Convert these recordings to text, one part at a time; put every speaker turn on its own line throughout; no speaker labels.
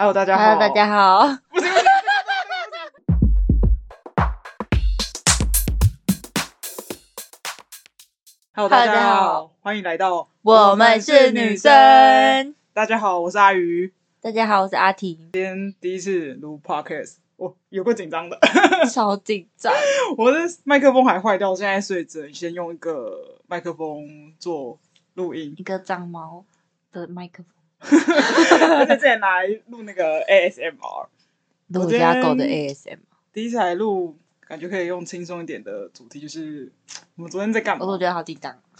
Hello，大家好。
Hello，大家好。
Hello，大
Hello，
家
大家
好
好，
欢迎来到
我们是女生。
大家好，我是阿鱼，
大家好，我是阿 婷。
第一次录 podcast，我有个紧张的，
超紧张，
我的麦克风还坏掉，现在所以只能先用一个麦克风做录音，
一个长毛的麦克风，
而且之前拿来录那个 ASMR，我
我
今天
家狗的 ASM。
第一次来录，感觉可以用轻松一点的主题，就是我们昨天在干嘛
我？都觉得好紧张。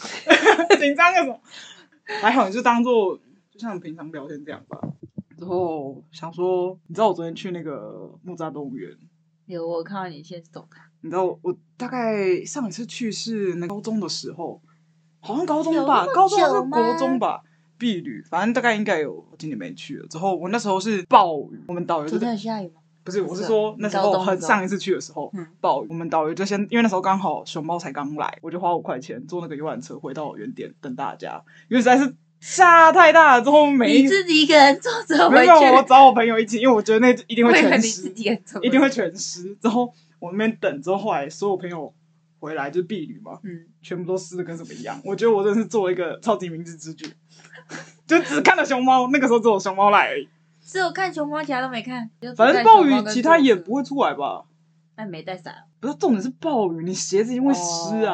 紧张个什么？还好，你就当做就像平常聊天这样吧。之后想说，你知道我昨天去那个木栅动物园，
有我看到你先走开。
你知道我我大概上一次去是那高中的时候，好像高中
有
吧，
那么
高中还是
久吗
国中吧，避旅，反正大概应该有，我今年没去了。之后我那时候是暴雨，我们导游
昨
就
天有下雨吗？
不是，
不
我
是
是
啊
说那时候
高中
很
高中
上一次去的时候
嗯，
暴雨，我们导游就先，因为那时候刚好熊猫才刚来，我就花五块钱坐那个游览车回到原点等大家，因为实在是下太大了，之后每一
你自己一个人坐着
没
回
有我
去，
找我朋友一起，因为我觉得那一定会
我以为
全
你
湿
自，己一个人坐回去，
一定会全湿。之后我那边等，之后后来所有朋友回来就是避旅嘛，
嗯，
全部都湿的跟什么一样。我觉得我真的是做了一个超级明智之举， 就只看了熊猫，那个时候只有熊猫来而已，
只有看熊猫，其他都没看。就只
反正
看
暴
熊猫
雨
跟
其他
兔子
也不。会出来吧。
那你没 带伞，啊
不是重点是暴雨，你鞋子因为湿
哦
啊，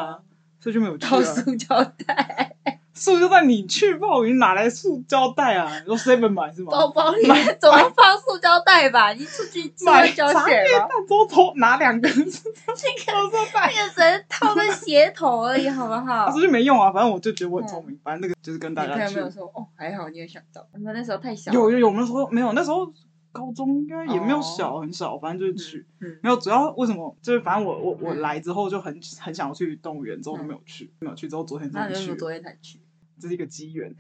所以就没有去、
套
啊。
塑胶袋，
塑胶袋你去暴雨哪来塑胶袋啊？你说 seven 买是吗？
包包 里
买
面总要放塑胶袋吧？你出去是
买
会
茶
胶
叶
水吗？
蛋粥头拿两根塑
这个
胶 袋，
那个只能套在鞋头而已，好不
啊
好？
所以就没用啊。反正我就觉得我很聪明，反正那个就是跟 大
嗯你朋
家
友
去
没。有说哦，还好你有想到，我们那时候太小，
有有有，我们那时候没有，那时候高中应该也没有小，很少，反正就是去。
哦嗯，
没有，主要为什么？就是反正我我我
嗯
来之后就很很想要去动物园，之后都没有去，没有去之后昨天
那
才
你为什
去
么。昨天才去？
这是一个机缘。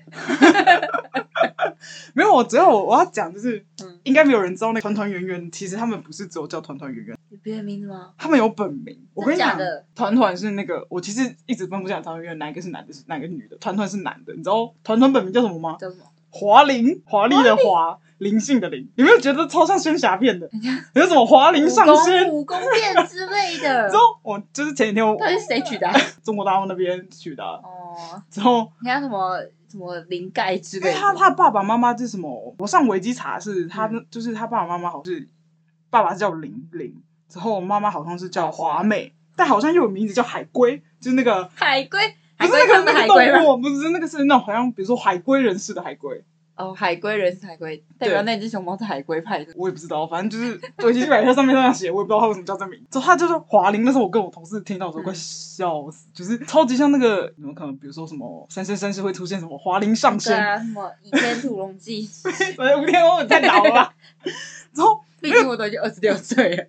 没有，我只要我我要讲就是，
嗯，
应该没有人知道那个团团圆圆，其实他们不是只有叫团团圆圆，
有别的名字吗？
他们有本名。我跟你
真
讲
假，的，
团团是那个，我其实一直分不清团团圆圆哪一个是男的，是哪个是女的。团团是男的，你知道团团本名叫什么吗？
叫什么？
华玲，华丽的华，灵性的灵。你有没有觉得超像仙侠片的？有什么华玲上仙？
武功武功变之类 的
之，后我就是前几天我
到底是谁取的啊？
中国大陆那边取的啊，
哦，
之后
你看什么什么灵盖之
因
类
为
的，
哎他他爸爸妈妈是什么？我上维基查是他、
嗯
就是他爸爸妈妈好像是爸爸是叫玲玲，之后妈妈好像是叫华美，但好像又有名字叫海龟，就是那个
海龟，
不
海
是
龟
那个
汤的海
那
龟
个
吗？
动物，不是那个是那种好像比如说海龟人士的海龟，
哦，海龟人是海龟，代表那只熊猫是海龟派的。
我也不知道，反正就是维基百科上面这样写，我也不知道他为什么叫这名。之后他就是华玲，那时候我跟我同事听到的时候
嗯
快笑死，就是超级像那个你们可能比如说什么三生三世会出现什么华玲上
对
身，
啊，什么《倚天屠龙记》，
反正吴天翁也太老了 吧。之后
毕竟我都已经二十六岁 了。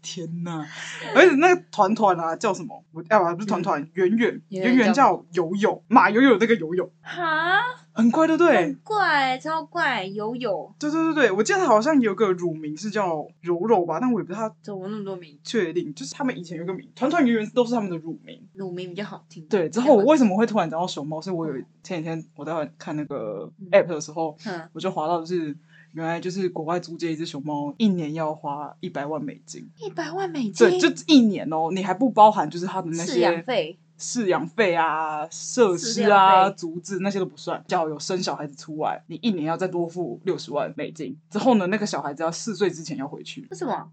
天呐！而且那个团团啊，叫什么？我啊，不是团团，圆圆，圆
圆圆
圆
叫
叫友友，马友友那个友友，
哈，
很快，对不对
很？怪，超怪，游泳
对对对对，我记得他好像有个乳名是叫柔柔吧，但我也不太
怎么那么多名？
确定。就是他们以前有个名，团团圆圆都是他们的乳名。
乳名比较好听。
对，之后我为什么会突然讲到熊猫？是我有前几天我在看那个
嗯
app 的时候，
嗯，
我就滑到就是原来就是国外租借一只熊猫，一年要花一百万美金。
一百万美金，
对，就一年哦，你还不包含就是它的那
饲
些
养费，
饲养费啊、设施
饲
啊、
养费
竹子那些都不算。只要有生小孩子出来，你一年要再多付六十万美金。之后呢，那个小孩子要四岁之前要回去。
为什么？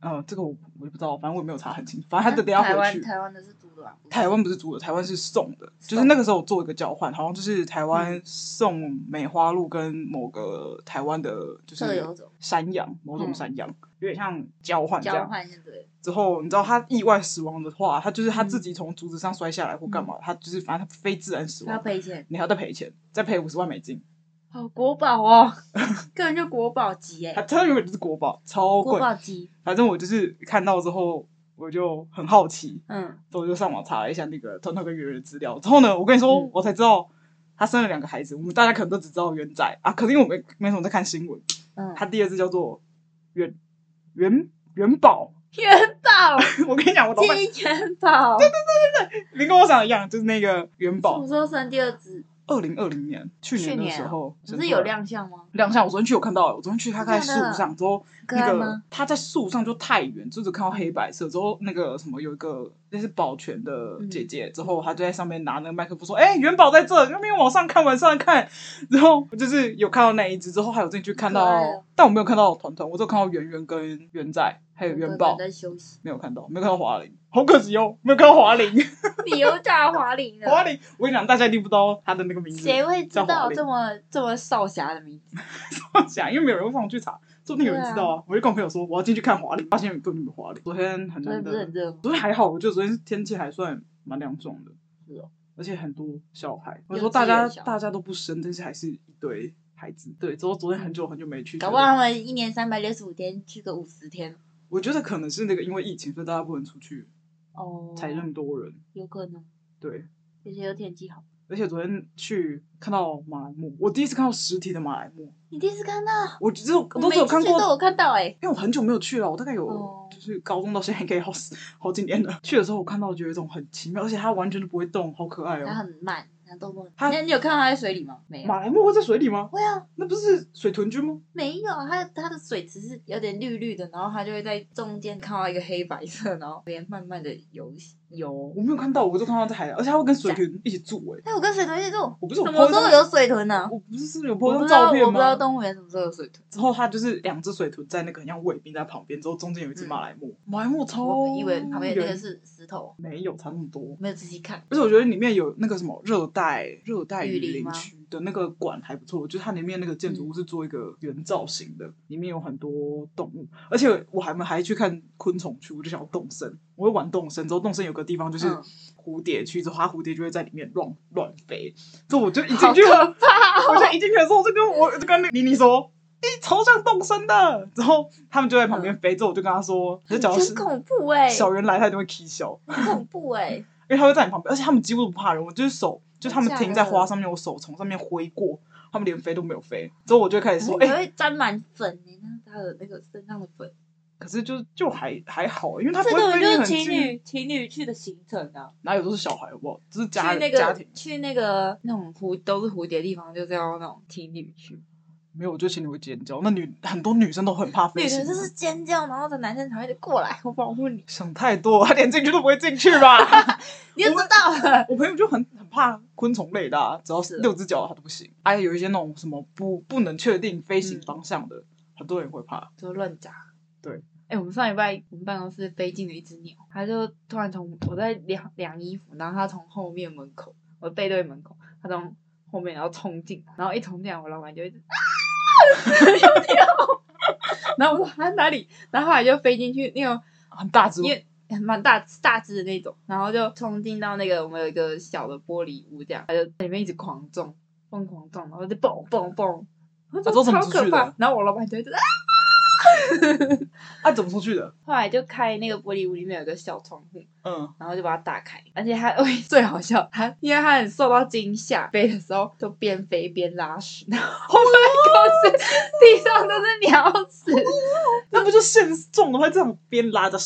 呃，这个我我也不知道，反正我也没有查很清楚。反正他得得要
台
回
湾
去。
台湾的是租的啊吧？不是
台湾不是租的，台湾是送的，
送嗯
就是那个时候我做一个交换，好像就是台湾送梅花鹿跟某个台湾的，就
这个
是
有种
山羊，某种
嗯
山羊，有点像交换这
交
样。
换，对不对？
之后，你知道他意外死亡的话，他就是他
嗯
自己从竹子上摔下来或干嘛，他就是反正他非自然死
他要
亡，
赔钱，
你还要再赔钱，再赔五十万美金，
好国宝哦， 根本就国宝级
他
哎，
他永远就是国宝，超
国
贵。
宝级，
反正我就是看到之后，我就很好奇，
嗯，
之后我就上网查了一下那个团团跟圆圆的资料。之后呢，我跟你说，
嗯
我才知道他生了两个孩子，我们大家可能都只知道圆仔啊，可是因为我没没什么在看新闻，
嗯，
他第二次叫做元元元宝。
元宝，
我跟你讲，我老板
金元宝，
你跟我想的一样，就是那个元宝
什么。时候生第二只？
二零二零年去
去
年的
年
时
哦
候，
不
真
是
的
有亮相吗？
亮相，我昨天去有看到了，我昨天去他在
真
树
的假的
上之后，
可
那
爱
个
吗？
他在树上就太远，就只看到黑白色。之后那个什么有一个那是保全的
嗯
姐姐，之后她就在上面拿那个麦克风说：“哎、元宝在这，那边往上看，往上看。”然后就是有看到那一只，之后还有进去看到
可爱哦，
但我没有看到团团，我只有看到圆圆跟圆仔，还有
我
哎元
哥
宝
哥，在休息，
没有看到，没有看到华玲，好可惜哦，没有看到华玲。
你又叫华玲
华
了，
玲，我跟你讲，大家一定不知道她的那个名字，
谁会知
叫华
道
玲
这么这么少侠的名字？
想，因为没有人会上去查，说不定有人知道啊。我就跟我朋友说，我要进去看华丽，发现根本没有华丽。昨天很
昨
难
天不是很
得，
热吗？
昨天还好，我觉得昨天天气还算蛮凉爽的，
是哦，
而且很多小孩。
幼
我说大
稚园
家
小孩
大家都不生，但是还是一堆孩子。对，之后昨天很久很久没去，
搞不好他们一年三百六十五天去个五十天
我觉得可能是那个因为疫情，所以大家不能出去，
哦，
才那么多人。
有可能，
对，
而且又天气好。
而且昨天去看到马来貘，我第一次看到实体的马来貘，
你第一次看到，
我只有我
我
都只有
每
看
次去
过
都有看到哎，
因为我很久没有去了，我大概有、
哦
就是高中到现在应该好十好几年了。去的时候我看到就有一种很奇妙，而且它完全都不会动，好可爱
它
哦。
很慢，它都不。
它
那你有看到它在水里吗？没有。
马来貘会在水里吗？
会啊，
那不是水豚君吗？
没有，它它的水池是有点绿绿的，然后它就会在中间看到一个黑白色，然后边慢慢的游游。
我没有看到，我就看到在海，而且它会跟水豚一起住哎、
哎，我跟水豚一起住，
我不是有
什
泼一
么时
张
候，有水豚呢？
我不是是有
我
泼一张
不知道，
照
我
片
不知道
吗？
动物园什么时候有水豚。
之后它就是两只水豚在那个很像卫兵在旁边，之后中间有一只
嗯
马来貘，马来貘超
我以为旁边那个
远
是石头，
没有差那么多。
没有仔细看。
而且我觉得里面有那个什么热带热带雨
雨林
林
吗嗯
区的那个馆还不错，就是它里面那个建筑物是做一个圆造型的，里面有很多动物，而且我还没还去看昆虫区，我就想要动身，我会玩动身，之后动身有个地方就是
嗯
蝴蝶区，之后它蝴蝶就会在里面乱乱飞，之后我就一进
好
去，
可怕哦！
我就一进去的时候，我就跟我就跟妮妮说。你超像动身的，然后他们就在旁
嗯
边飞，之后我就跟他说，就假如是
很恐怖哎，
小圆来，他就会 k 笑。
很恐怖哎，
因为他会在你旁边，而且他们几乎都不怕人。我就是手，就是他们
真假
停在
的
花上面，我手从上面挥过，他们连飞都没有飞。之后我就开始说，哎、
还会沾满粉呢，那它的那个身上的粉。
可是就是就还还好，因为他不
这
会
种
飞
就
得
是
很
情
近。
侣情侣去的行程啊，
哪有都是小孩，好不好？只是
去
家人、
那
家
个
庭
去那个那种蝴都是蝴蝶地方，就是要那种情侣去。
没有，我就情侣会尖叫。那女很多女生都很怕
女
飞行
生，就是尖叫，然后的男生才会过来，我保护你。
想太多，他连进去都不会进去 吧？
你就知道了，
我朋友就很很怕昆虫类的、啊，只要是
是
六只脚他都不行。还有一些那种什么不不能确定飞行
嗯
方向的，很多人会怕。
就乱砸。
对。
哎、我们上礼拜我们办公室飞进了一只鸟，它就突然从我在晾晾衣服，然后它从后面门口，我背对门口，它从后面然后冲进来，然后一冲进来，我老板就一直啊，然后我说它啊哪里，然后后来就飞进去那种
很大只，
因为蛮大大只的那种，然后就冲进到那个我们有一个小的玻璃屋，这样，它就在里面一直狂撞，疯狂撞，然后就蹦蹦蹦，然
啊
后
都
就
怎么
超
出去的
可怕。然后我老板就一直啊，
啊，怎么出去的？
后来就开那个玻璃屋里面有一个小窗户，
嗯，
然后就把它打开，而且它 最好笑，它因为它很受到惊吓，飞的时候就边飞边拉屎，然 后我们公司地上都是鸟屎。
那不就现撞的话，这样边拉着，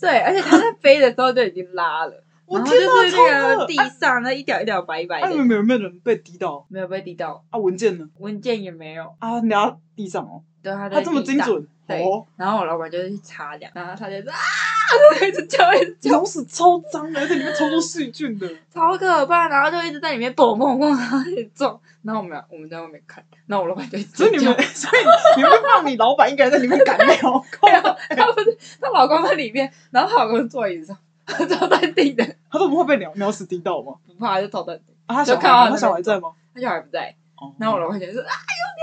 对，而且它在飞的时候就已经拉了，
我
然后
天
就是
哪，
那
超
个
恶
地上那一条一条白白
啊，
的
你。们有没有人被滴到
没有被滴到，
啊？文件呢？
文件也没有。
啊，你压地上哦，
对，他在
它这么
地
精
上。
准
对
哦，
然后我老板就去擦量，然后他就啊， 一直叫，一直叫，
鸟屎超脏的，而且里面超多细菌 的。
超可怕。然后就一直在里面蹦蹦蹦，然后一直撞。然后我们我们在外面看，然后我老板就一直
所以你
叫
们，所以你们放你老板一个人在里面赶鸟， 靠
对啊她不是她老公在里面，然后她老公坐椅子上，她坐在地的，
他都不会被鸟鸟屎滴到吗？
不怕就走在地，
啊，他小
就看到
孩，
那
他
个
小孩在吗？
他小孩不在。
哦
然后我老板就说啊，有鸟有鸟，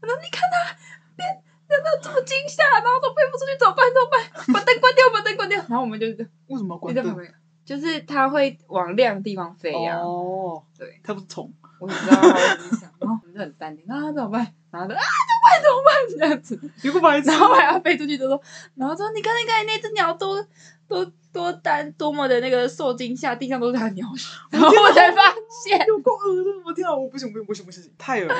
我说你看他，连真的这么惊吓，然后都飞不出去，怎么办？怎么办？把灯关掉，把灯关掉。然后我们就这样
为什么要
你
关
在旁
灯？
边，就是它会往亮的地方飞呀、啊。
哦，
对，
它不是虫，
我也不知道它会怎么想，然后我们就很淡定啊，怎么办？然后就啊，怎么办？怎么办？这样子，
你不白痴
然。后还要飞出去，就说，然后说你看，你看那只鸟多多多单多么的那个受惊吓，地上都是它的鸟屎，然后 我才发现
有够恶的！我天啊，我不行，不行，不行，不行，太恶了，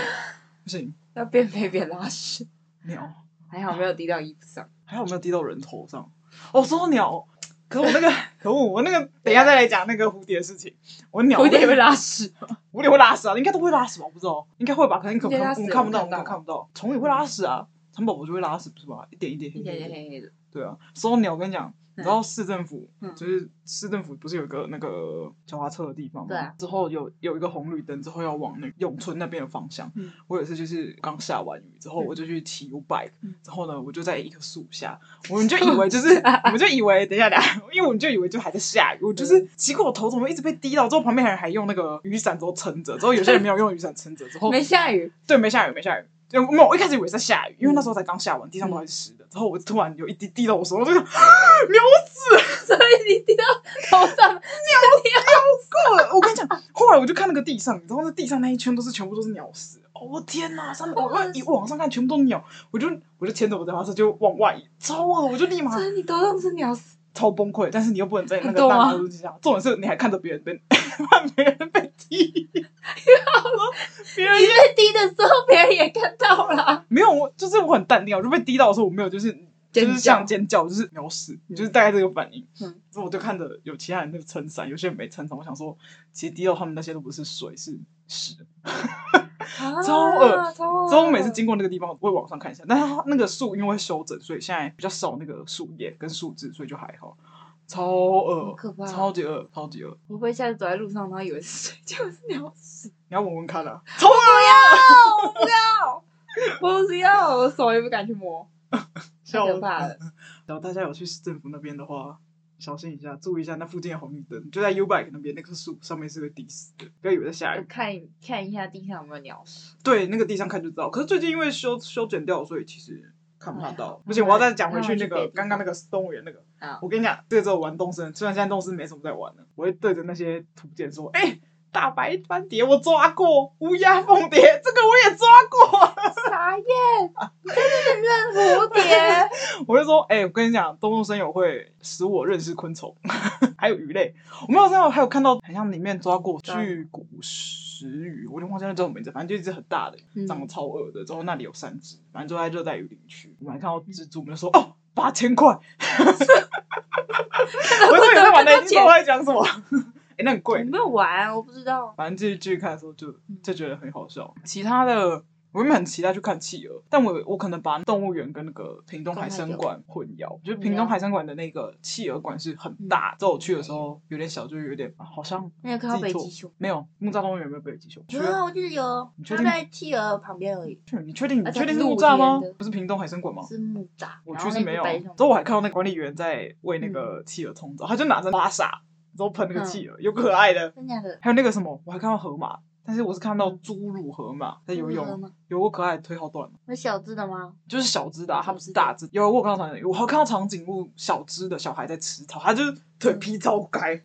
不行，
要边飞边拉屎，
鸟。
还好没有滴到衣服上。
还好没有滴到人头上。哦，说到鸟，可我那个， 可恶，我那个，等一下再来讲那个蝴蝶的事情。我鸟
啊蝴蝶会拉屎，
蝴蝶会拉屎啊，应该都会拉屎吧？我不知道，应该会吧？可能可
蝴蝶拉
我
屎
们看不到，
我
我
看到
们看不到。虫也会拉屎啊，蚕宝宝就会拉屎，不是吧？一点一点黑
一
黑
点
的。
点黑黑的，
对啊，说到鸟，我跟你讲，你知道市政府、
嗯
就是市政府不是有个那个脚踏车的地方吗？
对啊
之后有有一个红绿灯，之后要往那个永春那边的方向。
嗯
我有一次就是刚下完雨之后，
嗯
我就去骑 U bike，、
嗯
之后呢，我就在一棵树下，我们就以为 就是，我们就以为等一下等一下，因为我们就以为就还在下雨，我
嗯
就是奇怪，我头怎么一直被滴到？之后旁边还还用那个雨伞之后撑着，之后有些人没有用雨伞撑着，之后
没下雨，
对，没下雨，没下雨。就没有，我一开始以为在下雨，因为那时候才刚下完，地上
嗯
都还是湿的。然后我突然有一滴滴到我手上，我就想秒
所以你滴到头上，
过了。我跟你讲，后来我就看那个地上，你知道那地上那一圈都是全部都是鸟屎。哦，我天哪！上面我我一往上看，全部都是鸟，我就我就牵着我的脚踏车就往外移，超恶，我就立 马
所以你头上是鸟屎，
超崩溃。但是你又不能在那
你
个
懂
大
吗
马路之下，重点是你还看着别人被看别人被踢，别
你
人
被滴的时候别人也看到了，
没有，我就是我很淡定啊，我就被滴到的时候我没有就是就是像
尖
尖叫，就是秒死，
嗯
就是大概这个反应。
嗯
之后我就看着有其他人在撑伞，有些人没撑伞，我想说，其实滴到他们那些都不是水，是屎。
啊
超恶
超恶
之后我每次经过那个地方，我会往上看一下，但是它那个树因为会修整，所以现在比较少那个树叶跟树枝，所以就还好。超
好
恶，
可怕
超级恶，超级恶。
我会不会下次走在路上，然后以为是 水，就是鸟屎？
你要闻闻看啊，超恶
不要，我不要，我不要，我手也不敢去摸，太
笑
可怕了。
然后大家有去市政府那边的话，小心一下，注意一下那附近的红绿灯，就在 U bike 那边那棵树上面是个地死的，不要以为在下雨
我。看一看一下地上有没有鸟屎。
对，那个地上看就知道。可是最近因为修修剪掉，所以其实看不太
还
到
好。
而且我要再讲回去哎那
还好
个
是北部
刚刚那个动物园那个，
啊，
我跟你讲，这周玩动森，虽然现在动森没什么在玩了，我会对着那些图鉴说：“哎、大白斑蝶我抓过，乌鸦凤蝶这个我也抓过。
傻眼！你真的认蝴蝶？”
我就说：“哎、我跟你讲，动物森友会使我认识昆虫， 还有鱼类。我没有在还有看到，好像里面抓过巨骨石鱼，我就忘记那叫什么名字，反正就一只很大的。
嗯
长得超恶的。之后那里有三只，反正就在热带雨林区。我们还看
嗯
到蜘蛛，我们就说哦，八千 块。我是有在玩的，你知道我在讲什么？ 哎、那很
我
贵。
没有玩，我不知道。
反正继续继续看的时候就
嗯
就觉得很好笑。其他的。我原本很期待去看企鹅，但我我可能把动物园跟那个屏东海参馆混淆，就是屏东海参馆的那个企鹅馆是
嗯
很大，之后我去的时候有点小，就有点啊好像
那有看到
自己
北
做
极熊？
没有木栅动物园有没有北极熊？
有啊，我记得有
你，确
它
定
在企鹅旁边而已，
你确定你
而且
确定
是
木
露
栅吗
天的？
不是屏东海参馆吗？
是木栅。
我
然
去
后
是
那
没
只
有。
白
之
熊嗯
后我还看到那个管理员在喂那个企鹅冲澡，他就拿着拉撒，然后喷那个企鹅，有可爱的。
真假的？
还有那个什么，我还看到河马，但是我是看到
嗯
侏儒河马在游
有
泳，有个可爱的腿好短，哦
有小只的 吗？
就是小只的、啊，它
小只的
不是大只。有我有看到长颈鹿，我还有看到长颈鹿小只的小孩在吃草，它就是腿
嗯
劈超开，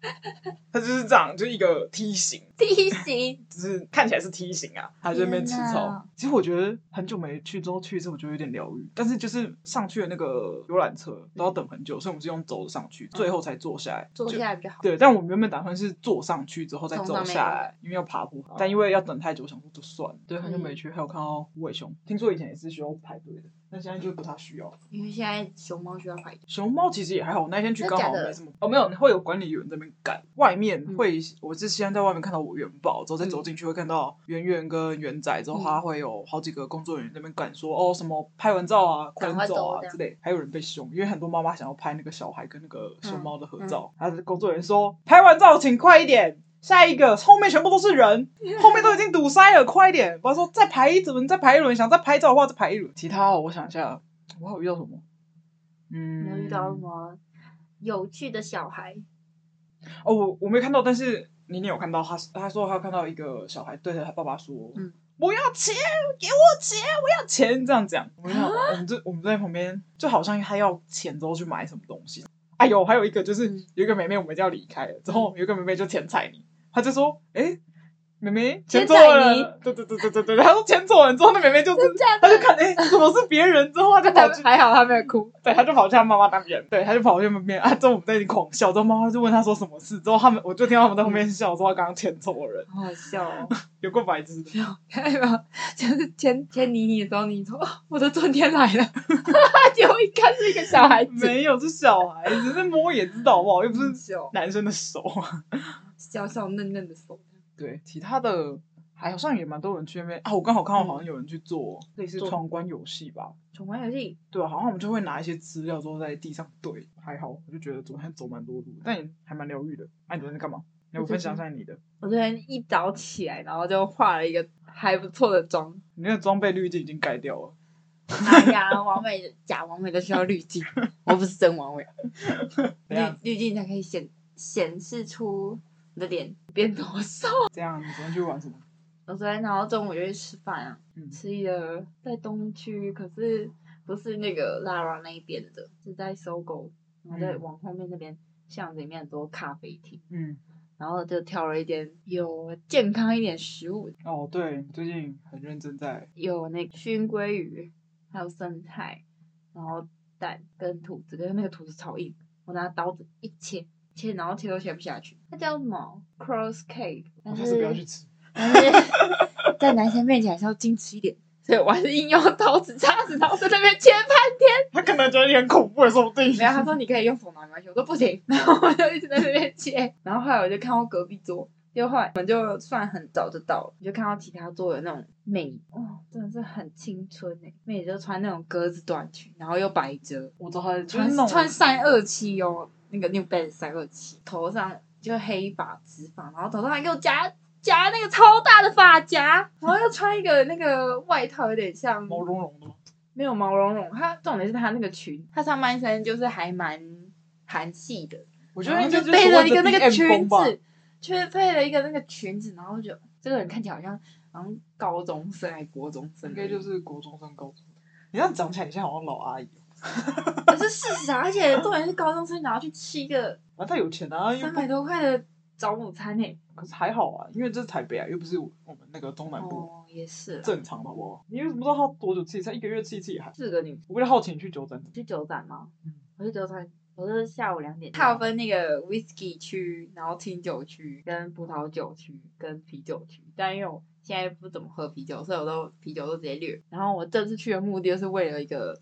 它就是这样，就是一个梯形。
地形
就是看起来是梯形啊，还在那边吃
天
草
哪。
其实我觉得很久没去之后去一次，我觉得有点疗愈。但是就是上去的那个游览车都要等很久，所以我们是用走的上去，最后才坐下来。
坐
就
下来比较好。
对，但我们原本打算是坐上去之后再
从
走
上面哦
下来，因为要爬坡，但因为要等太久，想说就算了。对，很久
嗯
没去，还有看到虎尾熊，听说以前也是需要排队的，但现在就不太需要。
因为现在熊猫需要排队。
熊猫其实也还好，我那天去刚好
真的假嗯的
没什么哦，没有会有管理员在那边赶，外面会、我是先在外面看到我元宝，之后再走进去会看到圆圆跟圆仔，之后
嗯
他会有好几个工作人员在那边赶说、哦什么拍完照啊，快
赶
点
快
走啊
走这样
之类，还有人被凶，因为很多妈妈想要拍那个小孩跟那个熊猫的合
嗯
照，他的工作人员说拍完照请快一点。下一个后面全部都是人， 后面都已经堵塞了，快一点！我说再排一轮，再排一轮，想再拍照的话再排一轮。其他哦，我想一下，我还有遇到什么？嗯，
没有遇到什么有趣的小 孩？
哦，我我没看到，但是妮妮有看到，她她说她看到一个小孩对着他爸爸说：“
嗯
我要钱，给我钱，我要钱。”这样讲，我们
啊
我们就我们在旁边，就好像他要钱之后去买什么东西。哎呦，还有一个就是
嗯
有一个妹妹，我们就要离开了，之后有一个妹妹就钱彩你，她就说：“哎、妹妹
先
钱走了
载你，
对对对对对对，他说钱走人之后，那妹妹就是
真假的
他就看哎、怎么是别人，之后他就跑
他
去，
还好他没有哭，
对，他就跑去他妈妈那边，对，他就跑去那边啊，之后我们在那里狂笑，之后妈妈就问他说什么事，之后他们我就听到他们在后面笑，说他刚刚钱走人，
好好笑哦。
有够白痴的，
看到没有？就是牵牵你你的时候，你说哦我的春天来了，结果一看是一个小孩子，
没有是小孩子，那摸也知道好不好，又不是
小
男生的手。啊
小小嫩嫩的手，
对，其他的还好像也蛮多人去那边啊。我刚好看到好像有人去做类似
做
闯关游戏吧，
闯关游戏
对啊，好像我们就会拿一些资料之后在地上对，还好，我就觉得昨天走蛮多路，但也还蛮疗愈的。哎、你昨天在干嘛？要
我
不
昨
分享一
天
下你的？
我昨天一早起来，然后就化了一个还不错的妆。
你那个装备滤镜已经盖掉了，
哎呀，完美的假完美的需要滤镜，我不是真完美，
怎样？
滤滤镜才可以显显示出你的脸变多瘦。
怎样？你昨天去玩什么？
我昨天然后中午就去吃饭啊，
嗯
吃一个在东区，可是不是那个 Lara 那一边的，是在搜狗，然后再
嗯
往后面那边巷子里面很多咖啡厅，
嗯，
然后就挑了一点有健康一点食物，
哦，对，你最近很认真在，
有那个熏鲑鱼，还有生菜，然后蛋跟吐司，可是那个吐司超硬，我拿刀子一切切，然后切都切不下去。它叫什么？Cross cake，
我
但
下
是
次不要去吃。
但是 在男生面前还是要矜持一点，所以我还是硬用刀子、叉子，然后在那边切 半天。
他可能觉得你很恐怖，也说不定。
然后他说你可以用手拿没关系，我说不行， 然后我就一直在那边切。然后后来我就看到隔壁桌，就后来我们就算很早就到了，我就看到其他桌有那种妹，哦，真的是很青春哎、妹就穿那种格子短裙，然后又百褶，
我知道他就
穿
是那种
穿三二七哦，那个 New Balance 三二七，头上就黑发直发，然后头上还给我夹夹那个超大的发夹，然后又穿一个那个外套，有点像
毛茸茸的吗？
没有毛茸茸，它重点是它那个裙，它上半身就是还蛮韩系的，
我
我
觉得应该
嗯就是配了一个那
温
个
着 DM
裙
风吧。
子，就是配了一个那个裙子，然后就这个人看起来好像好像高中生还国中生而
应
已，
该就是国中升高中。你这样讲起来，你现在好像老阿姨哦。
可是事实啊，而且重点是高中生，然后去吃一个
啊，他有钱啊，又
三
不
百多块的早午餐呢、
可是还好啊，因为这是台北啊，又不是我们那个中南部、
哦，也是啦，
正常的好不好？你为什么知道他多久吃一次？一个月吃一次也还。
四个女
我比较好奇你去九展，
去酒展吗？
嗯
我去酒展，我是下午两点。它有分那个 whisky 区，然后清酒区、跟葡萄酒区、跟啤酒区，但因为我现在不怎么喝啤酒，所以我都啤酒都直接略。然后我这次去的目的就是为了一个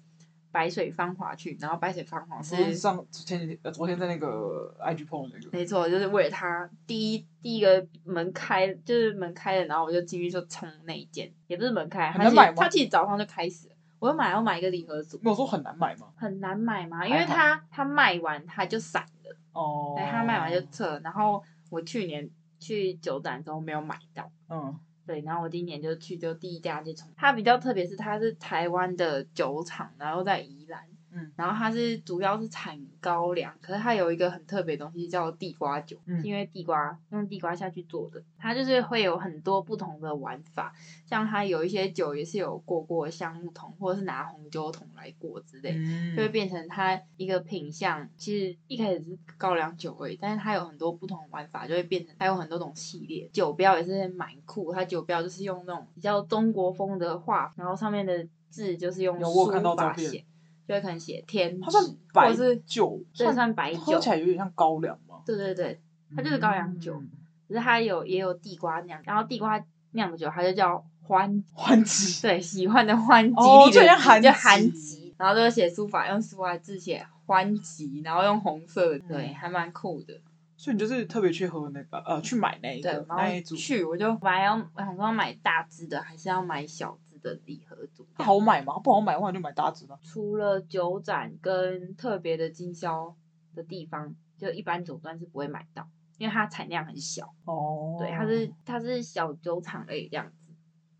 白水芳华去，然后白水芳华是。
是上前几天呃昨天在那个 IG 碰的那个，
没错，就是为了它第一第一个门开，就是门开了，然后我就进去就冲那一间，也不是门开，它
能
其
买
实
吗
它其实早上就开始了，我又买，我买一个礼盒组，
没有说很难买嘛。
很难买嘛，
还
因为
好
它它卖完它就散了，
哦，
对，它卖完就撤。然后我去年去九展的时候没有买到，
嗯，
对，然后我今年就去就第一家就从它比较特别是它是台湾的酒厂，然后在宜兰，
嗯，
然后它是主要是产高粱，可是它有一个很特别的东西叫地瓜酒，
嗯
是因为地瓜用地瓜下去做的，它就是会有很多不同的玩法，像它有一些酒也是有过过橡木桶，或者是拿红酒桶来过之类的
嗯
就会变成它一个品相。其实一开始是高粱酒而已，但是它有很多不同的玩法，就会变成它有很多种系列。酒标也是蛮酷，它酒标就是用那种比较中国风的画，然后上面的字就是用
有我有
书
看到
法
照片
写，就会可能写天
它算
纸，或
白
者是
酒，
对，
算
算白
喝
酒
起，来有点像高粱嘛。
对对对，它就是高粱酒
嗯
可是它有也有地瓜酿，然后地瓜酿的酒它就叫欢
欢喜。
对，喜欢的欢吉
哦
利
就
的
像韩
吉就韩
吉
吉，然后就写书法，用书法字写欢吉，然后用红色的，对，
嗯
还蛮酷的。
所以你就是特别去喝那个呃去买那一
对，
个
然
那一
后
组，嗯
去我就买要我想说要买大支的，还是要买小支的礼盒组。
它好买吗？不好买的话你就买大支的。
除了酒展跟特别的经销的地方，就一般酒端是不会买到，因为它产量很小。
哦，
对，它是它是小酒厂类这样子。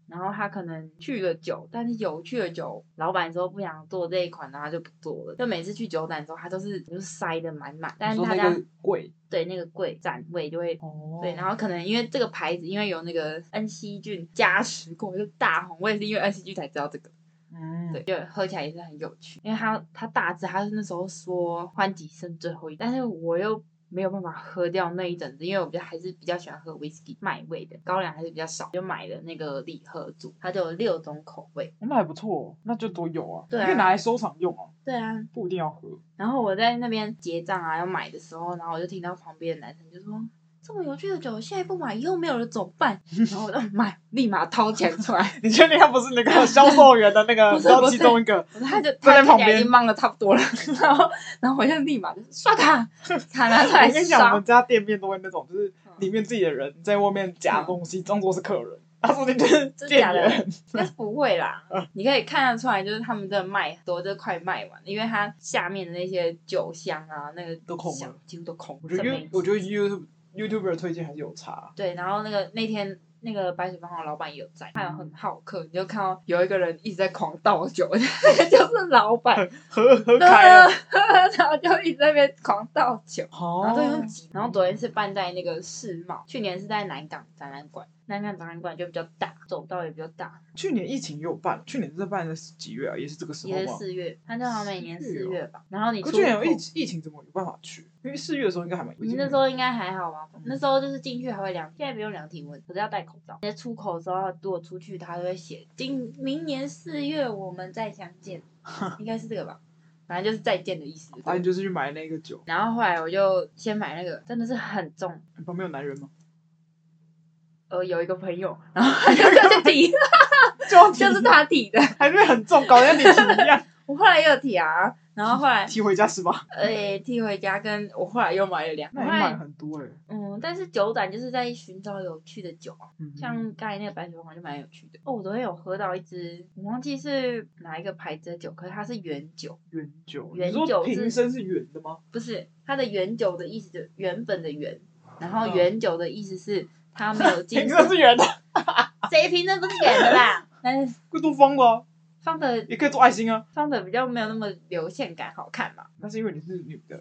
然后他可能去了酒，但是有去了酒，老板说不想做这一款，然后他就不做了。就每次去酒展的时候，他都是就是塞的满满，但
你
是
说
大
那
家、
个贵
对那个柜展位就会。
哦，
对，然后可能因为这个牌子，因为有那个恩熙俊加持过，就大红。我也是因为恩熙俊才知道这个，
嗯，
对，就喝起来也是很有趣。因为他他大致他是那时候说欢吉剩最后一，但是我又没有办法喝掉那一整支，因为我比较还是比较喜欢喝 whisky 麦味的，高粱还是比较少，就买了那个礼盒组，它就有六种口味。
那还不错，那就都有啊，
对啊
可以拿来收藏用啊，
对啊，
不一定要喝。
然后我在那边结账啊要买的时候，然后我就听到旁边的男生就说：“这么有趣的酒，现在不买，以后没有人怎么办？” 然后我就买，立马掏钱出来。
你确定他不是那个销售员的那个，
不是
然后
不
其
是
中一 个？
他就
坐在
他看
旁
起来已
边
经忙的差不多了，然后然后我就立马就刷卡，卡拿出来
我跟你讲，我
刷
们。家店面都会那种，就是
嗯
里面自己的人在外面夹东西，装作是客人，他说你就是
真
店
假的
员。
但是不会啦
嗯，
你可以看得出来，就是他们真的卖很多，就是快卖完了，因为它下面的那些酒箱啊，那个
都空了
箱几乎都空。
我觉得
剩
You
没
我觉得 YouTube YouTuber 的推荐还是有 差，啊
对，然后那个那天那个白水饭行的老板也有在，他有很好客，你就看到有一个人一直在狂倒酒， 就是老 板，
喝喝开
然
了。
后就一直在那边狂倒酒，然后都
哦
用挤。然后昨天是办在那个世贸，去年是在南港展览馆，南港展览馆就比较大，走道也比较大，
去年疫情也有办，去年是办的是几月啊？也是这个时候
也是
吗？
四月，他正好像每年
四月
四
哦
月吧。然后你
可
出
去年有
国
疫疫情，怎么有办法去？因为四月的时候应该还蛮。
你那时候应该还好吧？
嗯
那时候就是进去还会量，现在不用量体温，可是要戴口罩。你在出口的时候，如果出去，他就会写今明年四月我们再相见， 应该是这个吧？反正就是再见的意思。
反正就是去买那个酒，
然后后来我就先买那个，真的是很重。
你旁边有男 人吗？
呃，有一个朋友，然后 他就就是提，
就
就是，他提的。
还是很重，搞得像你提一 样，
我后来又提啊，然后后 来
提回家是吧？
呃提回家，跟我后来又买了两个。
那
后
也买
来
很多哎。
嗯，但是酒展就是在寻找有趣的酒啊。
嗯
像刚才那个白雪红就蛮有趣的哦，我昨天有喝到一支，我忘记是哪一个牌子的酒，可是它是原酒，
原酒，
原
你说
酒是
瓶身是圆的吗？
不是它的原酒的意思，就原本的原，然后
嗯
原酒的意思是它没有经
瓶
过
身，是圆的，
谁凭证不是原的啦？ 但是
贵多方了，
放的
也可以做爱心啊。
放的比较没有那么流线感好看嘛。
那是因为你是女的，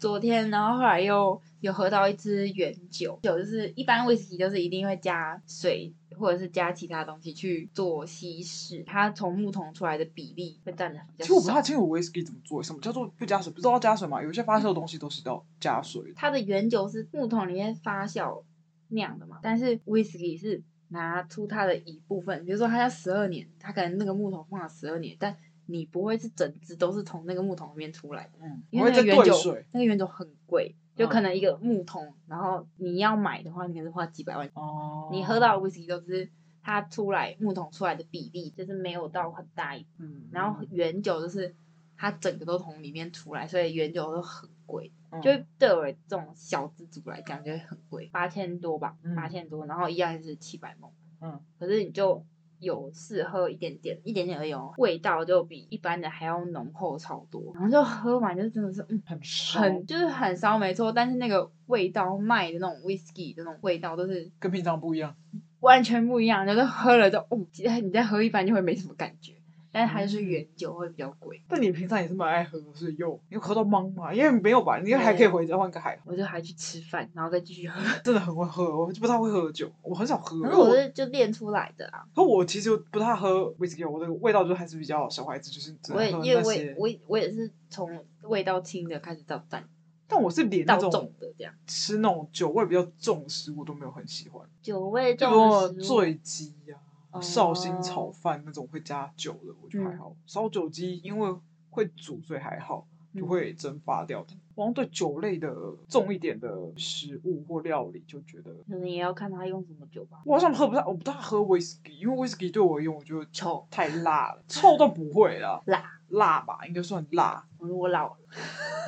昨天，然后后来又有喝到一支原酒，酒就是一般威士忌就是一定会加水或者是加其他东西去做稀释，它从木桶出来的比例会占的比
其
较
实我不
少
太。清楚 whisky 怎么做，什么叫做不加水？不知道要加水吗？有一些发酵的东西都是要加水的。
它的原酒是木桶里面发酵酿的嘛，但是 whisky 是拿出它的一部分，比如说它要十二年，它可能那个木桶放了十二年，但你不会是整支都是从那个木桶里面出来的，
嗯，
因
我
为
会
那个
再
原
兑
酒
水。
那个原酒很贵，就
嗯
可能一个木桶，然后你要买的话，你可能花几百万。
哦
你喝到的 whisky 都是它出来木桶出来的比例，就是没有到很大一，
嗯
然后原酒就是它整个都从里面出来，所以原酒都很贵，
嗯
就对我这种小资族来讲就会很贵，八千多吧
嗯，
八千多，然后一样是七百梦，
嗯，
可是你就。有试喝一点点，一点点而已哦，味道就比一般的还要浓厚超多。然后就喝完就真的是，嗯，
很烧
很就是很烧没错，但是那个味道卖的那种 whisky 的那种味道都是
跟平常不一样。
完全不一样，就是喝了就哦，其实你再喝一般就会没什么感觉，但是它就是
嗯
原酒会比较贵，
但你平常也是蛮爱喝，所以又又喝到懵嘛，因为没有吧，你还可以回家换个海，
我就还去吃饭，然后再继续喝，
真的很会喝，我就不太会喝酒，我很少喝， 因
可
为
是我
我
是就练出来的啊，
可我其实不太喝 whisky，我的味道就还是比较小孩子，就是只
我
能喝
也因为
那
我也
些。
我也我也是从味道轻的开始到淡
但我是连那种
到重的这样，
吃那种酒味比较重的食物都没有很喜欢，
酒味
就
重
比如说
的食物
醉鸡呀、
哦
绍兴炒饭那种会加酒的，我觉得还好。烧酒鸡因为会煮，所以还好，就
嗯
会蒸发掉。我好像对酒类的重一点的食物或料理，就觉得
可能也要看他用什么酒吧，
我好像喝不太，我不大喝 whisky，因为 whisky 对我而言，我觉得
臭
太辣 了，臭倒不会啦，
辣，
辣吧，应该算辣。
我说我老了，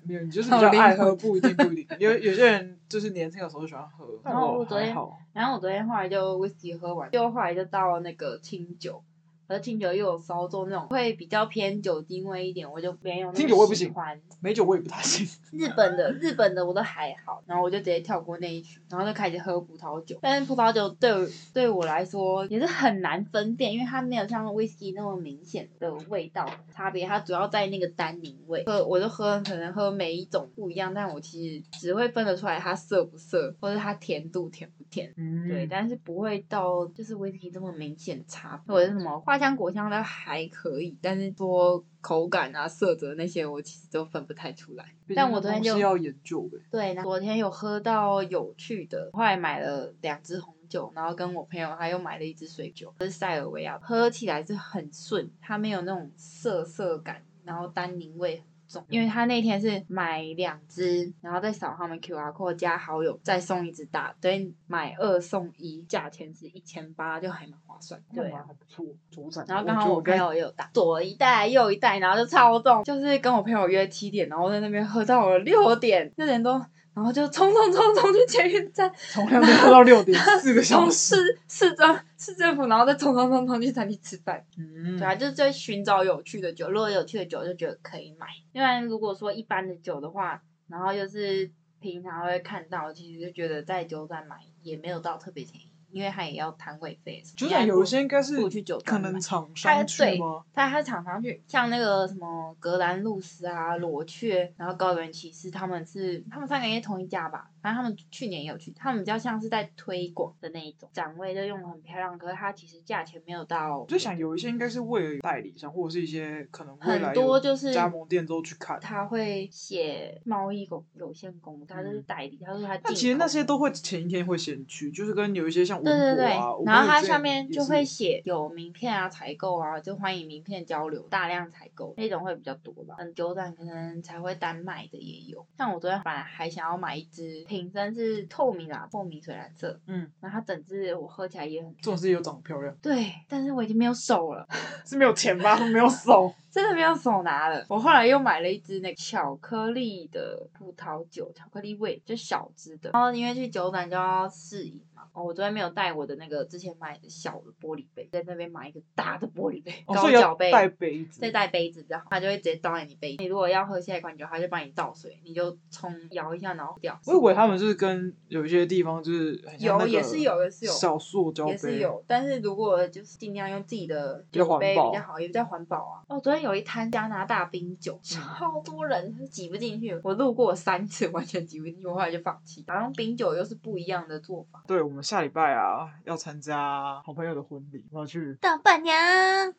没有，你就是比
好
较
灵
爱喝，
魂
不一定不 一定。有有些人就是年轻的时候就喜欢喝，但
然后
我
我昨天
还好。
然后我昨天后来就 whisky 喝完，就后来就到那个清酒，而清酒又有烧酒那种，会比较偏酒精味一点，我就没有那
清
么
酒味不
喜
行
欢。
美酒我也不太行，
日本的日本的我都还好，然后我就直接跳过那一群，然后就开始喝葡萄酒。但是葡萄酒对我对我来说也是很难分辨，因为它没有像 whisky 那么明显的味道差别，它主要在那个单宁味。喝我就喝可能喝每一种不一样，但我其实只会分得出来它涩不涩，或者它甜度甜不甜。
嗯
对，但是不会到就是 whisky 这么明显的差别，或者是什么化花香果香的还可以，但是说口感啊、色泽那些，我其实都分不太出来。但我昨天就
毕竟那东西要研究呗，
对，昨天有喝到有趣的，后来买了两支红酒，然后跟我朋友他又买了一支水酒，这是塞尔维亚，喝起来是很顺，它没有那种涩涩感，然后单宁味很重。因为他那天是买两支，然后再扫他们 QR code 加好友，再送一支大，所以买二送一，价钱是一千八，就还蛮划算。对啊
那。还不错，主展。
然后刚
觉
好
得
我朋
该
友也有打，左一袋右一袋，然后就超重，就是跟我朋友约七点，然后在那边喝到了六点六点多，然后就冲冲冲冲去捷运站，
从两点喝到六 点， 四个小
从
时。
市市政市政府，然后再冲冲冲冲去餐厅吃饭。
嗯
对啊，就是在寻找有趣的酒，如果有趣的酒就觉得可以买，因为如果说一般的酒的话，然后又是平常会看到，其实就觉得在酒展买也没有到特别便宜，因为它也要摊位费什么。
酒展有一些应该是
不如去酒
可
展买
能厂
它
商去
对
吗？，
它它厂商去，像那个什么格兰露丝啊、罗雀，然后高原骑士，他们是他们三个应该同一家吧？反正他们去年也有去，他们比较像是在推广的那一种，展位就用的很漂亮，可是它其实价钱没有到
我，就想有一些应该是为了代理商，或者是一些可能未来
很多
有
就是
加盟店之后去看。
他会写贸易公有限公司，他就是代理，他说他进
嗯
口。
但其实那些都会前一天会先去，就是跟有一些像文
对对对
博啊，我，
然
朋
后
友
它
之前
上面
也
就是会写有名片啊、采购啊，就欢迎名片交流、大量采购那种会比较多吧。嗯，酒展可能才会单卖的也有。像我昨天本来还想要买一支瓶身是透明的啊、透明水蓝色，
嗯，
然后它整支我喝起来也很
这种事情又长得漂亮，
对，但是我已经没有手了，
是没有钱吧？ 没有手，
真的没有手拿了。我后来又买了一支那个巧克力的葡萄酒，巧克力味，就小支的。然后因为去酒展就要试饮嘛，哦，我昨天没有带我的那个之前买的小的玻璃杯，在那边买一个大的玻璃杯，
哦
高
所以
脚
要
杯。
带杯子
再。带杯子比较好，它就会直接倒在你杯。你如果要喝下一款酒，它就帮你倒水，你就冲摇一下，然后掉。
我以为他们就是跟有一些地方就是很像那
有
个
也是有，也是有，
小塑胶杯，
也是有，但是如果就是尽量用自己的
比较
酒杯
环保
比较好，也比较环保啊。嗯哦，昨天有一摊加拿大冰酒，超多人挤不进去，我路过三次 完全挤不进去，我后来就放弃。好像冰酒又是不一样的做法。
对我们下礼拜啊要参加好朋友的婚礼，我要去。
大伴娘，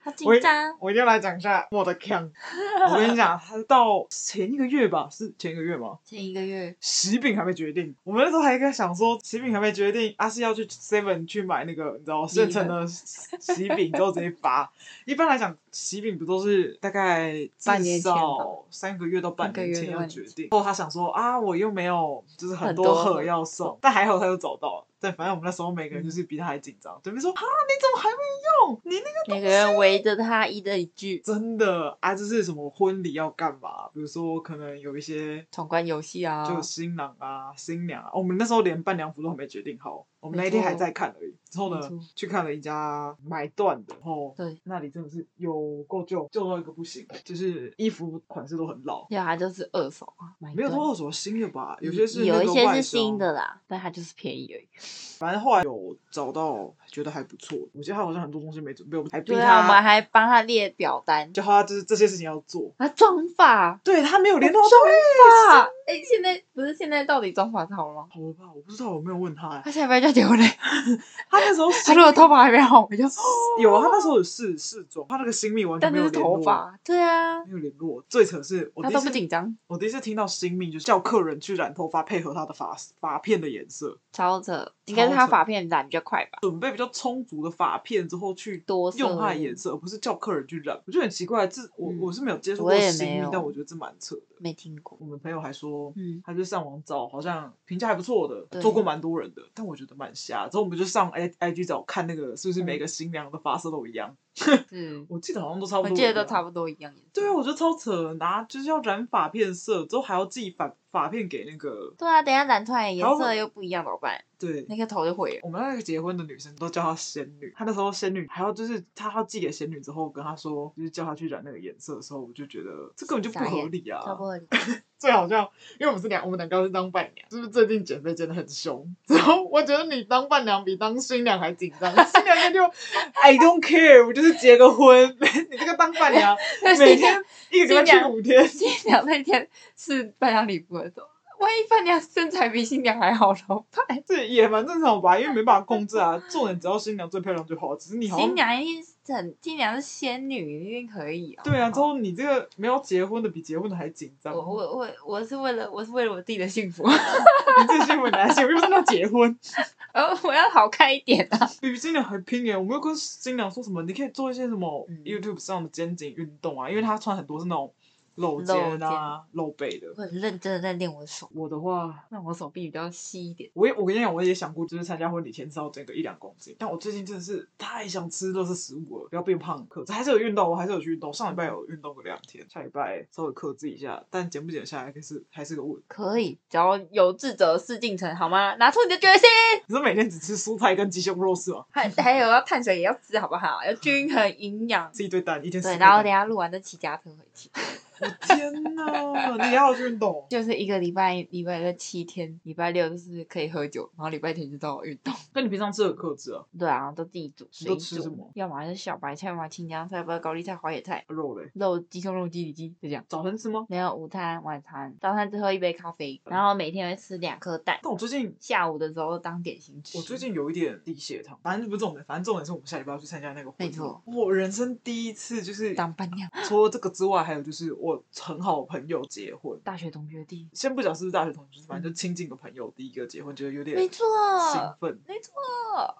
好
我
紧张。
我一定要来讲一下我的 can。我跟你讲，他到前一个月吧，是前一个月吗？
前一个月，
喜饼还没决定，我们那时候还在想说，喜饼还没决定，阿、啊、是要去 Seven 去买那个你知道现成的喜饼，之后直接发。一般来讲，喜饼不都是大概
半年
至
前吧
少三个月到半年前要决定。后他想说啊，我又没有就是很
很
多
多
盒
盒
要送，但还好他又找到了。但反正我们那时候每个人就是比他还紧张，对面说啊，你怎么还没用？你那个
每个人围着他一人一句
真的啊，就是什么婚礼要干嘛？比如说可能有一些
闯关游戏啊
就新郎啊、新娘啊，我们那时候连伴娘服都还没决定好，我们那一天
没错
还在看而已。之后
没
呢
错，
去看了一家买断的，然后
对，
那里真的是有够旧，旧到一个不行，就是衣服款式都很老，
要他就是二手啊，买
没有
断
说二手新的吧，有些是
有
那
一
个
些
外
是
销
新，的啦，但它就是便宜而已。
反正后来有找到，觉得还不错。我记得他好像很多东西没准备，我们还逼
对啊，我们
他，
还帮他列表单。
叫他就是这些事情要做。
啊，妆发，
对他没有联络到
妆
他，
发，哎、现在不是现在到底妆发是好了吗？
好了吧？我不知道，我没有问他、欸。
他下礼拜就要结 婚嘞，
他那时候
他如果头发还没好，我就，
有啊，他那时候有试试妆，他那个新密完全
但
没
那
有
是
联
头
络。
发，对啊，
没有联络。最扯是我
他
第
都不
一
紧
次，
张，
我第一次听到新命就是叫客人去染头发，配合他的发发片的颜色，
超扯，应该是他发片染比较快吧，
准备比较充足的发片之后去
多色
用它的颜色，而不是叫客人去染。我觉得很奇怪，这我、
嗯
我是没有接触
我
过
也
新
没
命
有，
但我觉得这蛮扯的。
没听过，
我们朋友还说。
嗯，
他就上网找，好像评价还不错的，
对
做过蛮多人的，但我觉得蛮瞎。之后我们就上 i i g 找看那个是不是
嗯
每个新娘的发色都一样，
是，
我记得好像都差不
我
多一
记
样。
得都差不多一样颜色
对啊，我觉得超扯，拿就是要染发片色，之后还要寄发发片给那个
对啊，等一下染出来的颜
然后
色又不一样怎么办？
对。
那个头就毁了，
我们那个结婚的女生都叫她仙女，她那时候仙女还要就是她要寄给仙女之后跟她说，就是叫她去染那个颜色的时候，我就觉得这根本就不合理啊！
差不 多。
最好笑，因为我们是两，我们两个是当伴娘，就是最近减肥减的很凶， 然后我觉得你当伴娘比当新娘还紧张，新娘那就 I don't care，我就是结个婚， 你这个当伴 娘每天一个礼拜
新娘
去五天，
新娘那天是伴娘礼服的时候，万一伴娘身材比新娘还好怎么办？
这也蛮正常吧，因为没办法控制啊。重点只要新娘最漂亮就好，只是你好
新
像
娘一定是很，新娘是仙女，一定可以哦。
对啊，之后你这个没有结婚的比结婚的还紧张，
我我我我是为了我是为了我自己的幸福，
你这新闻男性又不是要结婚，
然呃后我要好看一点啊。
比新娘还拼耶！我没有跟新娘说什么，你可以做一些什么
嗯
YouTube 上的肩颈运动啊，因为她穿很多是那种露
露
肩
肩
啊、露背的。
我很认真的在练我的手，
我的话，
让我手臂比较细一点。
我也我跟你讲，我也想过，就是参加婚礼前是要减个一两公斤，但我最近真的是太想吃热食食物了，不要变胖。克制还是有运动，我还是有去运动，上礼拜有运动个两天，下礼拜稍微克制一下，但减不减下来还是还是个问题。
可以，只要有志者事竟成，好吗？拿出你的决心，
你说每天只吃蔬菜跟鸡胸肉是吗？
还还有要碳水也要吃，好不好？要均衡 营养。
吃一堆蛋，一天吃一
对，
堆
然后
蛋
等一。下录完再骑家车回去，
天哪，你也要去运动？哦
就是一个礼拜，礼拜的七天，礼拜六就是可以喝酒，然后礼拜天就到运动。
那你平常吃很克制啊？
对啊，都自己煮，
你都
随
吃
煮
什么
要么就是小白菜，要么青江菜，要不然高丽菜、花野菜、
肉嘞？
肉、鸡胸肉、鸡里脊，就这样。
早餐吃吗？
没有午餐、晚餐，早餐只喝一杯咖啡，然后每天会吃两颗蛋，
但我最近，
下午的时候当点心吃。
我最近有一点低血糖，反正不是重点，反正重点是我们下礼拜要去参加那个婚礼。
没错，
我人生第一次就是，
当伴娘，
除了这个之外，还有就是我很好的朋友结婚。
大学同学弟，
先不讲是不是大学同学，反正就亲近的朋友第一个结婚，觉得有点
嗯没错，
兴奋，不
没错，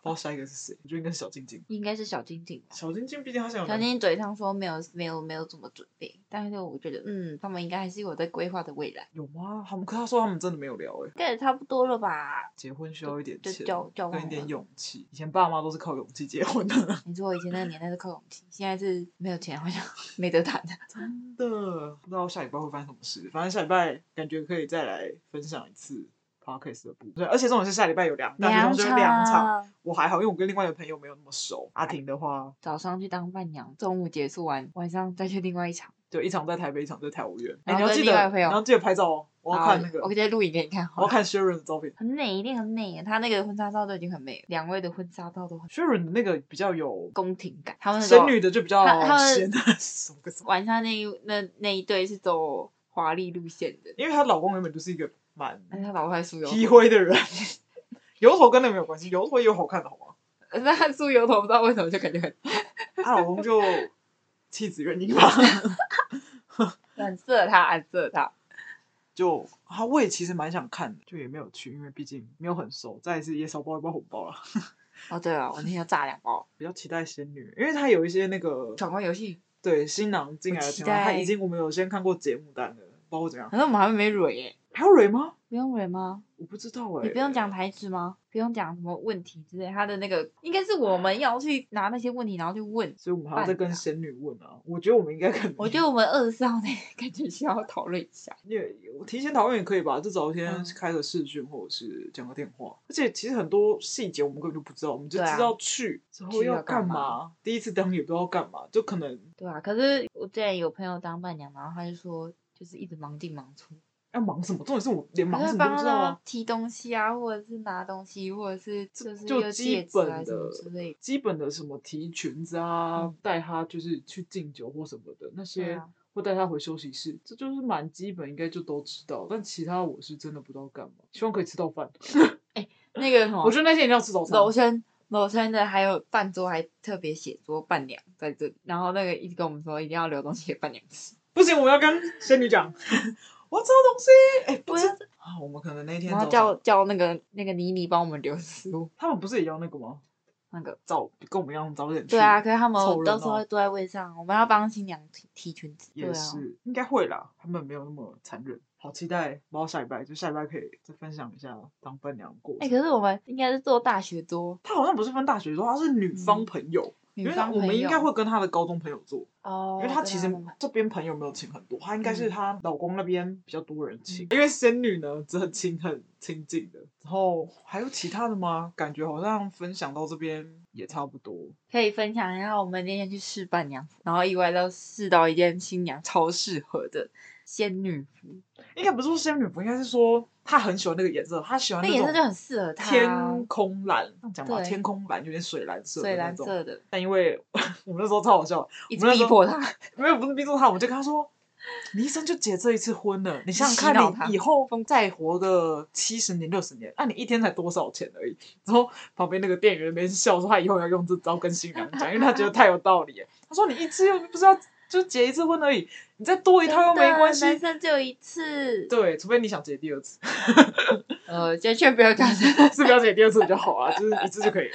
知道下一个是谁，我觉得应该是小晶晶。
应该是小晶晶吧。
小晶晶毕竟她想有
小
男
晶晶嘴上说没有没有没有怎么准备，但是我觉得嗯，他们应该还是有在规划的未来，
有吗？他们可他说他们真的没有聊哎、
应该也差不多了吧？
结婚需要一点
就
钱，
交交
跟
往
一点
了
勇气。以前爸妈都是靠勇气结婚的，
你说我以前那个年代是靠勇气，现在是没有钱好像 没得谈的。
真的不知道下礼拜会发生什么事。反正下礼拜感觉可以再来分享一次 podcast 的部分。对，而且重点是下礼拜有两大学同学有两场，
场，
我还好，因为我跟另外一个朋友没有那么熟。阿婷的话，
早上去当伴娘，中午结束完，晚上再去另外一场。
就一场在台北，一场在台五院。哎、
然
你
后
要
跟
记
另外
得，
一个朋友
你要记得拍照哦。我要
好
看那个，
我直接录影给你看好
我要
了。
看 Sharon 的照片。
很美，一定很美。啊她那个婚纱照都已经很美了，两位的婚纱照都很
Sharon 的那个比较有
宫廷感。他们
神女的，就比 较
她她们
仙，什么个什么
晚上那一那那一对是走华丽路线的，
因为她老公原本就是一个蛮
那她老婆还梳油 头，
劈灰的人，油头跟那没有关系，油头也有好看的好吗？
那她梳油头不知道为什么就感觉 很
她老公就妻子原因吧，
很适合她，很适合她。
就她我也其实蛮想看的，就也没有去，因为毕竟没有很熟，再一次也少包一包红包了。
哦，对了，我那天要炸两包
比较期待仙女，因为她有一些那个
闯关游戏，
对新郎进来的
我期
情况，她
待
已经我们有先看过节目单了，包括怎样，
反正我们还没蕊耶，
还有蕊吗？
不用蕊吗？
我不知道哎、
你不用讲台词吗？不用讲什么问题之类，他的那个应该是我们要去拿那些问题，然后去问。
所以我们还要再
办
跟
的啊
仙女问啊。我觉得我们应该可能，
我觉得我们二十四号那感觉需要讨论一下。
因为我提前讨论也可以吧，就早一天
嗯
开个视讯或者是讲个电话。而且其实很多细节我们根本就不知道，我们就
对啊
知道去之后
去要
要干
干嘛
嘛。第一次当也不知道干嘛，就可能
对啊，可是我之前有朋友当伴娘，然后他就说，就是一直忙进忙出，
要忙什么。重点是我连忙
可
什
是
么都不
帮
知道
他
啊。
提东西啊，或者是拿东西，或者是就是
就
又
基
戒指啊
本
什么
的
之类的。
基本的什么提裙子啊
嗯，
带他就是去敬酒或什么的那
对
些
啊，，
或带他回休息室，这就是蛮基本，应该就都知道。但其他我是真的不知道干嘛，希望可以吃到饭。
那个什么
我，觉得那天一定要吃早餐。
楼层楼层的还有饭桌还特别写桌伴娘在这里，然后那个一直跟我们说一定要留东西给伴娘吃。
不行，我要跟仙女讲， 我要吃东西。哎、不
我
吃
要
啊！我们可能那天
然后
早
叫
上
叫那个那个妮妮帮我们留食物，
他们不是也要那个吗？
那个
早跟我们一样早点去。
对啊，，可是他们
凑热
都说
闹
坐在位上，我们要帮新娘提提裙子。对
也
啊
是、，应该会啦。他们没有那么残忍。好期待，不知道下礼拜就下礼拜可以再分享一下当伴娘的过
哎、
程。
可是我们应该是坐大学桌，
他好像不是分大学说他是女方嗯朋友，
女
因为
方
我
朋
们应该
友
会跟他的高中朋友做，
哦，
因为他
跟
其实
们
这边朋友没有请很多，他应该是
嗯
她老公那边比较多人请，因为仙女呢只很亲很亲近的。然后还有其他的吗？感觉好像分享到这边也差不多。
可以分享一下我们那天去试伴娘服，然后意外到试到一件新娘超适合的仙女
啊
服，
应该不是说仙女不应该是说她很喜欢那个颜色，她喜欢
那颜色就
种
很适合她、啊
天空蓝，这样讲吧，
对
天空蓝有点水蓝色的
水
那
蓝
种。
色的，
但因为 我们那时候超好笑，
一
我
直
们那时
逼
候
迫她。
没有不是逼着他，我就跟他说，你一生就结这一次婚了，你想想
洗脑
看，
他
你以后再活个七十年、六十年，那、你一天才多少钱而已？然后旁边那个店员那边笑说，他以后要用这招跟新娘讲，因为他觉得太有道理了。他说你一次又不是要就结一次婚而已，你再多一套又没关系。
真的啊男生只有一次。
对，除非你想结第二次，
呃，今天劝不要讲这个，
是不要结第二次比较好啊，就是一次就可以了。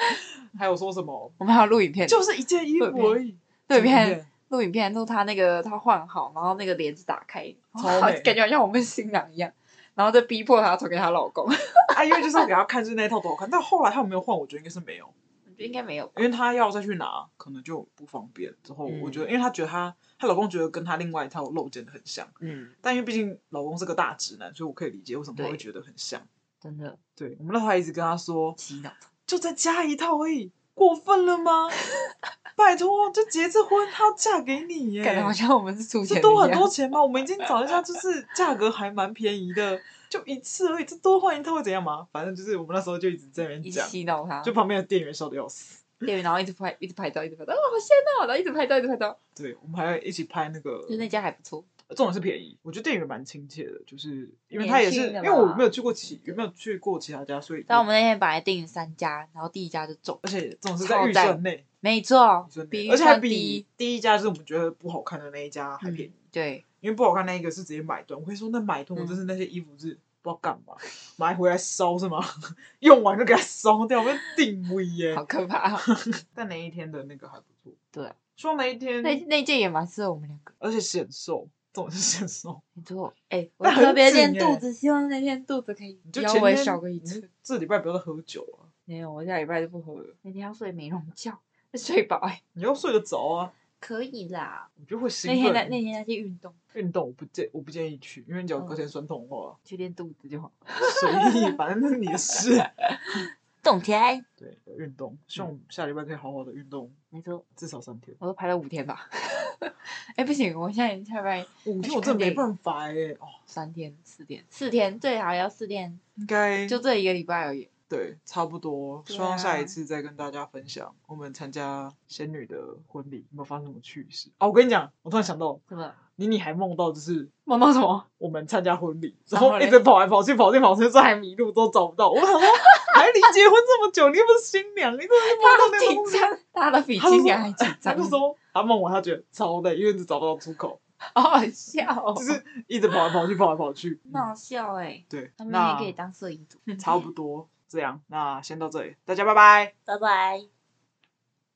还有说什么？
我们还有录影片，
就是一件衣服而已，
对
什么
片录影片，录他那个他换好，然后那个帘子打开，
超
哦好
美
感觉好像我们新郎一样，然后再逼迫她传给她老公，我
啊，因为就是我给他看是那一套多好看，但后来他有没有换，我觉得应该是没有，
觉得应该没有吧
因为他要再去拿，可能就不方便。之后
嗯
我觉得，因为她觉得她她老公觉得跟她另外一套露肩的很像，
嗯，
但因为毕竟老公是个大直男，所以我可以理解为什么他会觉得很像。
真的
对，我们那时候还一直跟他说，
洗脑，
就再加一套而已，过分了吗？ 拜托，就结这婚，她要嫁给你耶，
感觉好像我们是出钱
这
的
多很
一样
多，钱吗？我们已经找一下，就是价格还蛮便宜的，就一次而已，这多换一套会怎样嘛？反正就是我们那时候就一直在那边
一直
讲，
洗脑她，
就旁边的店员笑得要死。
店员然后一直拍，一直拍照，一直拍照，哦，好香哦，然后一直拍照，一直拍照，
对，我们还要一起拍那个，
就那家还不错，
这种是便宜，我觉得店员蛮亲切的，就是因为他也是，
年轻的
因
嘛
为我没有去过其，有没有去过其他家，所以
但我们那天本来定三家，然后第一家就中，
而且这种是
超
在预
赞
算内，
没错
预算，内，
比
而且还
预算低嗯
比，第一家就是我们觉得不好看的那一家还便宜，
对，
因为不好看那一个是直接买断，我会说那买断，
嗯
我就是那些衣服是不知道干嘛，买回来烧是吗？ 用完就给它烧掉，我们定位耶
好。可 怕哦，
但那一天的那个还不错，
对，
说那一天，
那那件也蛮适合我们两个。
而且显瘦，这种是显瘦，
没错，哎、我
那很
特别
紧
练
欸
肚子，希望那天肚子可以
你就
腰
前
围
天
小个一
你
寸。
这礼拜不要再喝酒啊了，
没有，我下礼拜就不喝了。那天要睡美容觉， 睡饱哎、
你要睡得着啊，
可以啦。
我就会兴
那天那
奋。
那天那些运动，
运动我不建我不建议去，因为你
嗯
脚隔天酸痛的话，
去练肚子就好。
随意，反正那是你的 事。
动起来，
对，运动，希望我们下礼拜可以好好的运动，
没错，
至少三天。
我都排了五天吧。 哎、不行，我现在下礼拜
五天我真的没办法哎，哦，
三天四天，四天最好要四天，
应该
就这一个礼拜而已。
对，差不多。
对
希望下
啊
一次再跟大家分享我们参加仙女的婚礼有没有发生什么趣事哦。我跟你讲，我突然想到，
怎么
妮妮还梦到就是
梦到什么？
我们参加婚礼，
然
然
后
后
嘞
一直跑来跑去，跑进跑去，这还迷路都找不到。我想 说，还离结婚这么久，你又不是新娘，你怎么会梦到
他
那个
紧
东西？
张，大家都比
他就
今
说
年还紧
他
张
就，说他梦完，他觉得超累，因为一直找不到出口，
好好笑、哦，
就是一直跑来跑去，跑来跑去。
很好笑哎、
对，
他们也
那
可以当摄影组。
差不多这样，那先到这里，大家拜拜。
拜拜。